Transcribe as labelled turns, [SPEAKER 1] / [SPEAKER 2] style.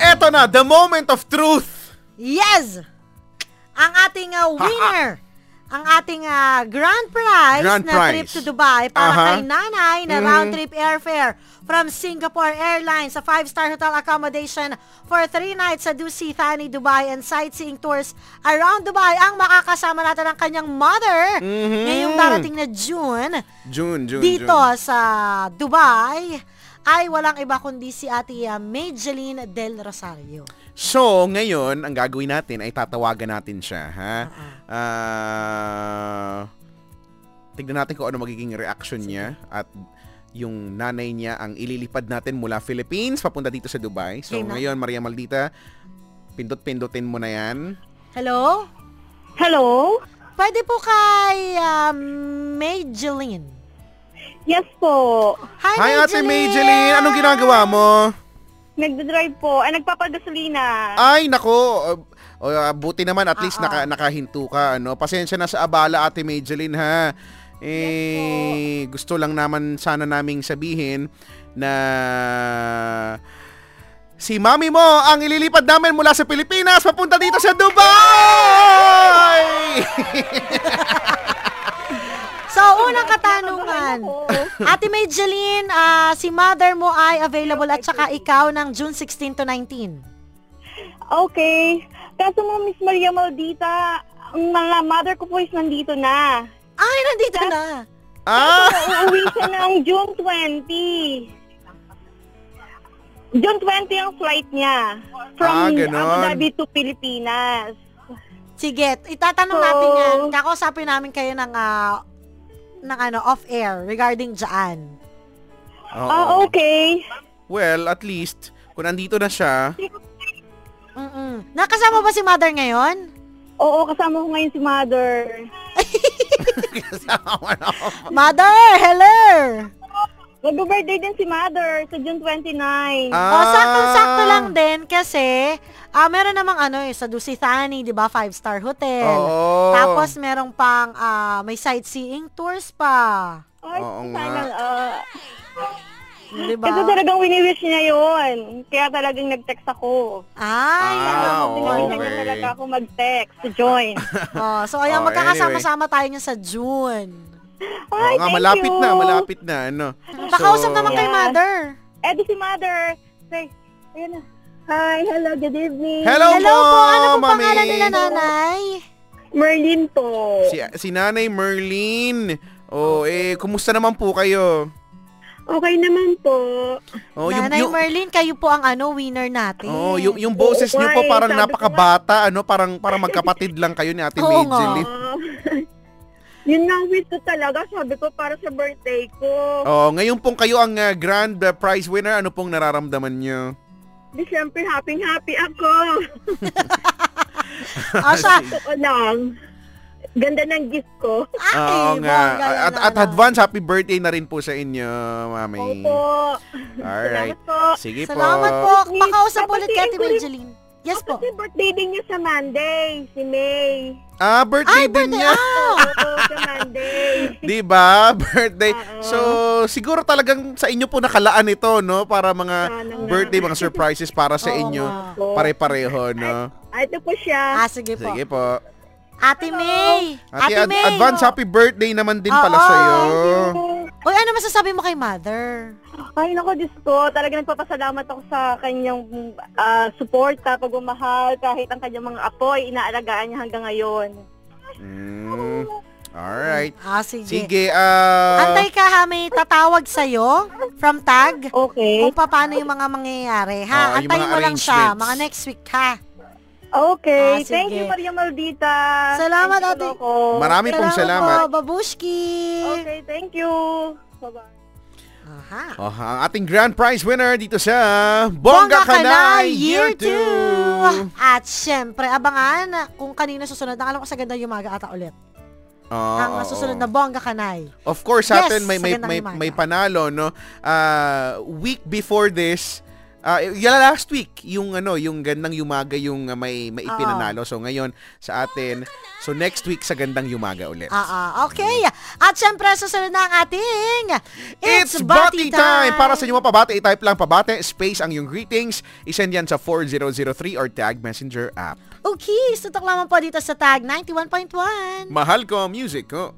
[SPEAKER 1] Eto na, the moment of truth.
[SPEAKER 2] Yes! Ang ating ah, winner, ang ating ah, grand prize
[SPEAKER 1] Grand
[SPEAKER 2] na
[SPEAKER 1] prize.
[SPEAKER 2] trip
[SPEAKER 1] Uh-huh.
[SPEAKER 2] to Dubai para
[SPEAKER 1] Aha.
[SPEAKER 2] kay nanay na
[SPEAKER 1] Mhm.
[SPEAKER 2] round-trip airfare from Singapore Airlines sa five-star hotel accommodation for three nights sa Dusi Thani, Dubai and sightseeing tours around Dubai ang makakasama natin ang kanyang mother
[SPEAKER 1] Mhm.
[SPEAKER 2] ngayong darating na June
[SPEAKER 1] June, June,
[SPEAKER 2] dito
[SPEAKER 1] June.
[SPEAKER 2] sa Dubai ay walang iba kundi si Ate ah, Maybelline Del Rosario.
[SPEAKER 1] So, ngayon, ang gagawin natin ay tatawagan natin siya, ha?
[SPEAKER 2] ah.
[SPEAKER 1] Ah, tignan natin kung ano magiging reaction niya at yung nanay niya ang ililipad natin mula Philippines papunta dito sa Dubai. So,
[SPEAKER 2] Okay na.
[SPEAKER 1] ngayon, Maria Maldita, pindot-pindutin mo na yan.
[SPEAKER 2] Hello?
[SPEAKER 3] Hello?
[SPEAKER 2] Pwede po kay um, Maybelline.
[SPEAKER 3] Yes po.
[SPEAKER 2] Hi,
[SPEAKER 1] Hi, Ate Maybelline! Anong ginagawa mo?
[SPEAKER 3] Nagdadrive po. Ay, nagpapagasolina.
[SPEAKER 1] Ay, nako! O, ah, buti naman at least
[SPEAKER 2] Oo.
[SPEAKER 1] naka, nakahinto ka. Ano? Pasensya na sa abala, Ate Maybelline, ha? Eh, gusto lang naman sana naming sabihin na si mami mo ang ililipad namin mula sa Pilipinas papunta dito sa Dubai!
[SPEAKER 2] So, unang katanungan. Ate Maybelline, ah, si mother mo ay available at saka ikaw ng June 16 to 19.
[SPEAKER 3] Okay. Kaso mo, Miss Maria Maldita, ang mga mother ko po is nandito na.
[SPEAKER 2] Ay, nandito na.
[SPEAKER 1] ah!
[SPEAKER 3] Uuwi siya ng June 20. June 20 ang flight niya.
[SPEAKER 1] Ah,
[SPEAKER 3] From
[SPEAKER 1] ganon.
[SPEAKER 3] Abu Dhabi to Pilipinas.
[SPEAKER 2] Sige, itatanong natin
[SPEAKER 3] So-
[SPEAKER 2] yan. Kakausapin namin kayo ng, ah, ng ano, off-air regarding dyan.
[SPEAKER 1] Oo.
[SPEAKER 3] Ah,
[SPEAKER 2] oh.
[SPEAKER 3] okay.
[SPEAKER 1] Well, at least, kung nandito na siya,
[SPEAKER 2] Mm-mm. Nakasama ba si mother ngayon?
[SPEAKER 3] Oo, kasama ko ngayon si mother.
[SPEAKER 1] kasama na ako.
[SPEAKER 2] Mother, hello!
[SPEAKER 3] Nag-birthday din si mother sa June 29.
[SPEAKER 1] Ah.
[SPEAKER 2] O, sakto-sakto Oh, lang din kasi ah, meron namang ano eh, sa Dusitani, di ba? Five-star hotel.
[SPEAKER 1] Oo.
[SPEAKER 2] Tapos merong pang ah, may sightseeing tours pa.
[SPEAKER 3] Ay,
[SPEAKER 1] Oo nga.
[SPEAKER 3] sana, ah.
[SPEAKER 2] Di
[SPEAKER 1] Diba?
[SPEAKER 2] ba?
[SPEAKER 3] kasi talagang wini-wish niya yun. Kaya talagang nag-text ako.
[SPEAKER 2] Ay,
[SPEAKER 1] Ah,
[SPEAKER 2] ano.
[SPEAKER 1] oo.
[SPEAKER 3] Wini-wish niya talaga ako mag-text to join.
[SPEAKER 2] Oh, so, ayan,
[SPEAKER 1] Oh,
[SPEAKER 2] magkakasama-sama tayo niya sa June.
[SPEAKER 3] Ay,
[SPEAKER 1] Oo nga,
[SPEAKER 3] thank
[SPEAKER 1] malapit
[SPEAKER 3] you.
[SPEAKER 1] na, malapit na, ano.
[SPEAKER 2] Pakausap
[SPEAKER 1] So-
[SPEAKER 2] naman kay
[SPEAKER 3] Yeah.
[SPEAKER 2] mother.
[SPEAKER 3] Eh, di si mother. Say, ayun na. Hi, hello, good evening.
[SPEAKER 1] Hello,
[SPEAKER 2] Hello po, ano po
[SPEAKER 1] Mami.
[SPEAKER 2] pangalan nila nanay?
[SPEAKER 3] Merlin po.
[SPEAKER 1] Si, si Nanay Merlin. Oh, eh, kumusta naman po kayo?
[SPEAKER 3] Okay naman po.
[SPEAKER 1] Oh,
[SPEAKER 2] nanay Merlin, kayo po ang ano winner natin.
[SPEAKER 1] Oh, yung, yung boses niyo po
[SPEAKER 3] Why?
[SPEAKER 1] parang
[SPEAKER 3] Sabi ko
[SPEAKER 1] napakabata, ano, parang parang magkapatid lang kayo ni Ate
[SPEAKER 2] Oo
[SPEAKER 1] Maybelline.
[SPEAKER 3] Ah, yun na, wish ko talaga. Sabi ko para sa birthday ko.
[SPEAKER 1] Oh, ngayon pong kayo ang uh, grand uh, prize winner, ano pong nararamdaman niyo?
[SPEAKER 3] Di syempre, happy-happy ako.
[SPEAKER 2] Ah, siya.
[SPEAKER 3] Totoo lang. Ganda ng gift ko.
[SPEAKER 1] Oo
[SPEAKER 2] Ay,
[SPEAKER 1] nga.
[SPEAKER 2] bongga yun,
[SPEAKER 1] At, at
[SPEAKER 2] ano.
[SPEAKER 1] advance happy birthday na rin po sa inyo, Mami.
[SPEAKER 3] Opo.
[SPEAKER 1] Alright.
[SPEAKER 3] Salamat po.
[SPEAKER 1] Sige po.
[SPEAKER 2] Salamat po.
[SPEAKER 3] Miss,
[SPEAKER 2] Pakausap ulit kay
[SPEAKER 3] papatiin
[SPEAKER 2] Ate
[SPEAKER 3] ko rin-
[SPEAKER 2] Maybelline. Yes po.
[SPEAKER 3] Kasi birthday din niya sa Monday, si May.
[SPEAKER 1] Ah, birthday
[SPEAKER 2] Ay,
[SPEAKER 1] din
[SPEAKER 2] birthday.
[SPEAKER 1] niya.
[SPEAKER 2] Ah!
[SPEAKER 3] Oo, sa Monday.
[SPEAKER 1] 'Di ba? Birthday.
[SPEAKER 3] Oo.
[SPEAKER 1] So, siguro talagang sa inyo po nakalaan ito, no? Para mga
[SPEAKER 3] Sana nga.
[SPEAKER 1] birthday, mga surprises para sa
[SPEAKER 2] Oo
[SPEAKER 1] inyo.
[SPEAKER 2] nga.
[SPEAKER 3] Oo.
[SPEAKER 1] Pare-pareho, no?
[SPEAKER 3] Ah, Ito po siya.
[SPEAKER 2] Ah, sige po.
[SPEAKER 1] Sige po.
[SPEAKER 2] Ate May!
[SPEAKER 1] Ate,
[SPEAKER 2] Ate,
[SPEAKER 1] ad-
[SPEAKER 2] May!
[SPEAKER 1] advance happy birthday naman din pala
[SPEAKER 2] Oo.
[SPEAKER 1] sa iyo.
[SPEAKER 2] Uy, ano masasabi mo kay mother?
[SPEAKER 3] Ay, naku, Diyos ko. Talaga nagpapasalamat ako sa kanyang ah, suporta, pagmamahal, kahit ang kanyang mga apoy, inaalagaan niya hanggang ngayon.
[SPEAKER 1] Mm. Alright.
[SPEAKER 2] Ah, sige.
[SPEAKER 1] Sige, ah...
[SPEAKER 2] Antay ka ha, may tatawag sa'yo from tag
[SPEAKER 3] Okay.
[SPEAKER 2] kung paano yung mga
[SPEAKER 1] Oo,
[SPEAKER 2] mangyayari. Ha,
[SPEAKER 1] Eh? Ah, yung
[SPEAKER 2] antayin
[SPEAKER 1] mga
[SPEAKER 2] mo lang siya.
[SPEAKER 1] arrangements.
[SPEAKER 2] Mga next week ha. Ah,
[SPEAKER 3] Okay.
[SPEAKER 2] sige.
[SPEAKER 3] Thank you, Maria Maldita.
[SPEAKER 2] Salamat,
[SPEAKER 3] Thank
[SPEAKER 2] ate.
[SPEAKER 3] you, Loco.
[SPEAKER 1] Marami pong salamat.
[SPEAKER 2] po, babushki.
[SPEAKER 3] Okay, thank you. Bye-bye.
[SPEAKER 2] Aha.
[SPEAKER 1] Oh, ang ating grand prize winner dito sa Bongga Ka na Year 2!
[SPEAKER 2] 2! At syempre, abangan kung kanina susunod. Ang alam ko sa ganda yung umaga ata ulit.
[SPEAKER 1] Ah,
[SPEAKER 2] ang susunod na Bongga Kanay.
[SPEAKER 1] Of course,
[SPEAKER 2] Yes,
[SPEAKER 1] atin may may
[SPEAKER 2] magandang
[SPEAKER 1] may,
[SPEAKER 2] umaga.
[SPEAKER 1] may panalo no. Ah, week before this, Ah, yala last week, yung ano, yung gandang yumaga yung ah, may may
[SPEAKER 2] Oo.
[SPEAKER 1] ipinanalo. So ngayon sa atin, so next week sa gandang yumaga ulit.
[SPEAKER 2] Ah, ah, okay. At syempre, susunod na ang ating
[SPEAKER 1] It's Bati time! Para sa inyo mga pabate, i-type lang pabate, space ang yung greetings. Isend yan sa 4003 or tag messenger app.
[SPEAKER 2] Okay, tutok lamang po dito sa tag 91.1.
[SPEAKER 1] Mahal ko ang music ko.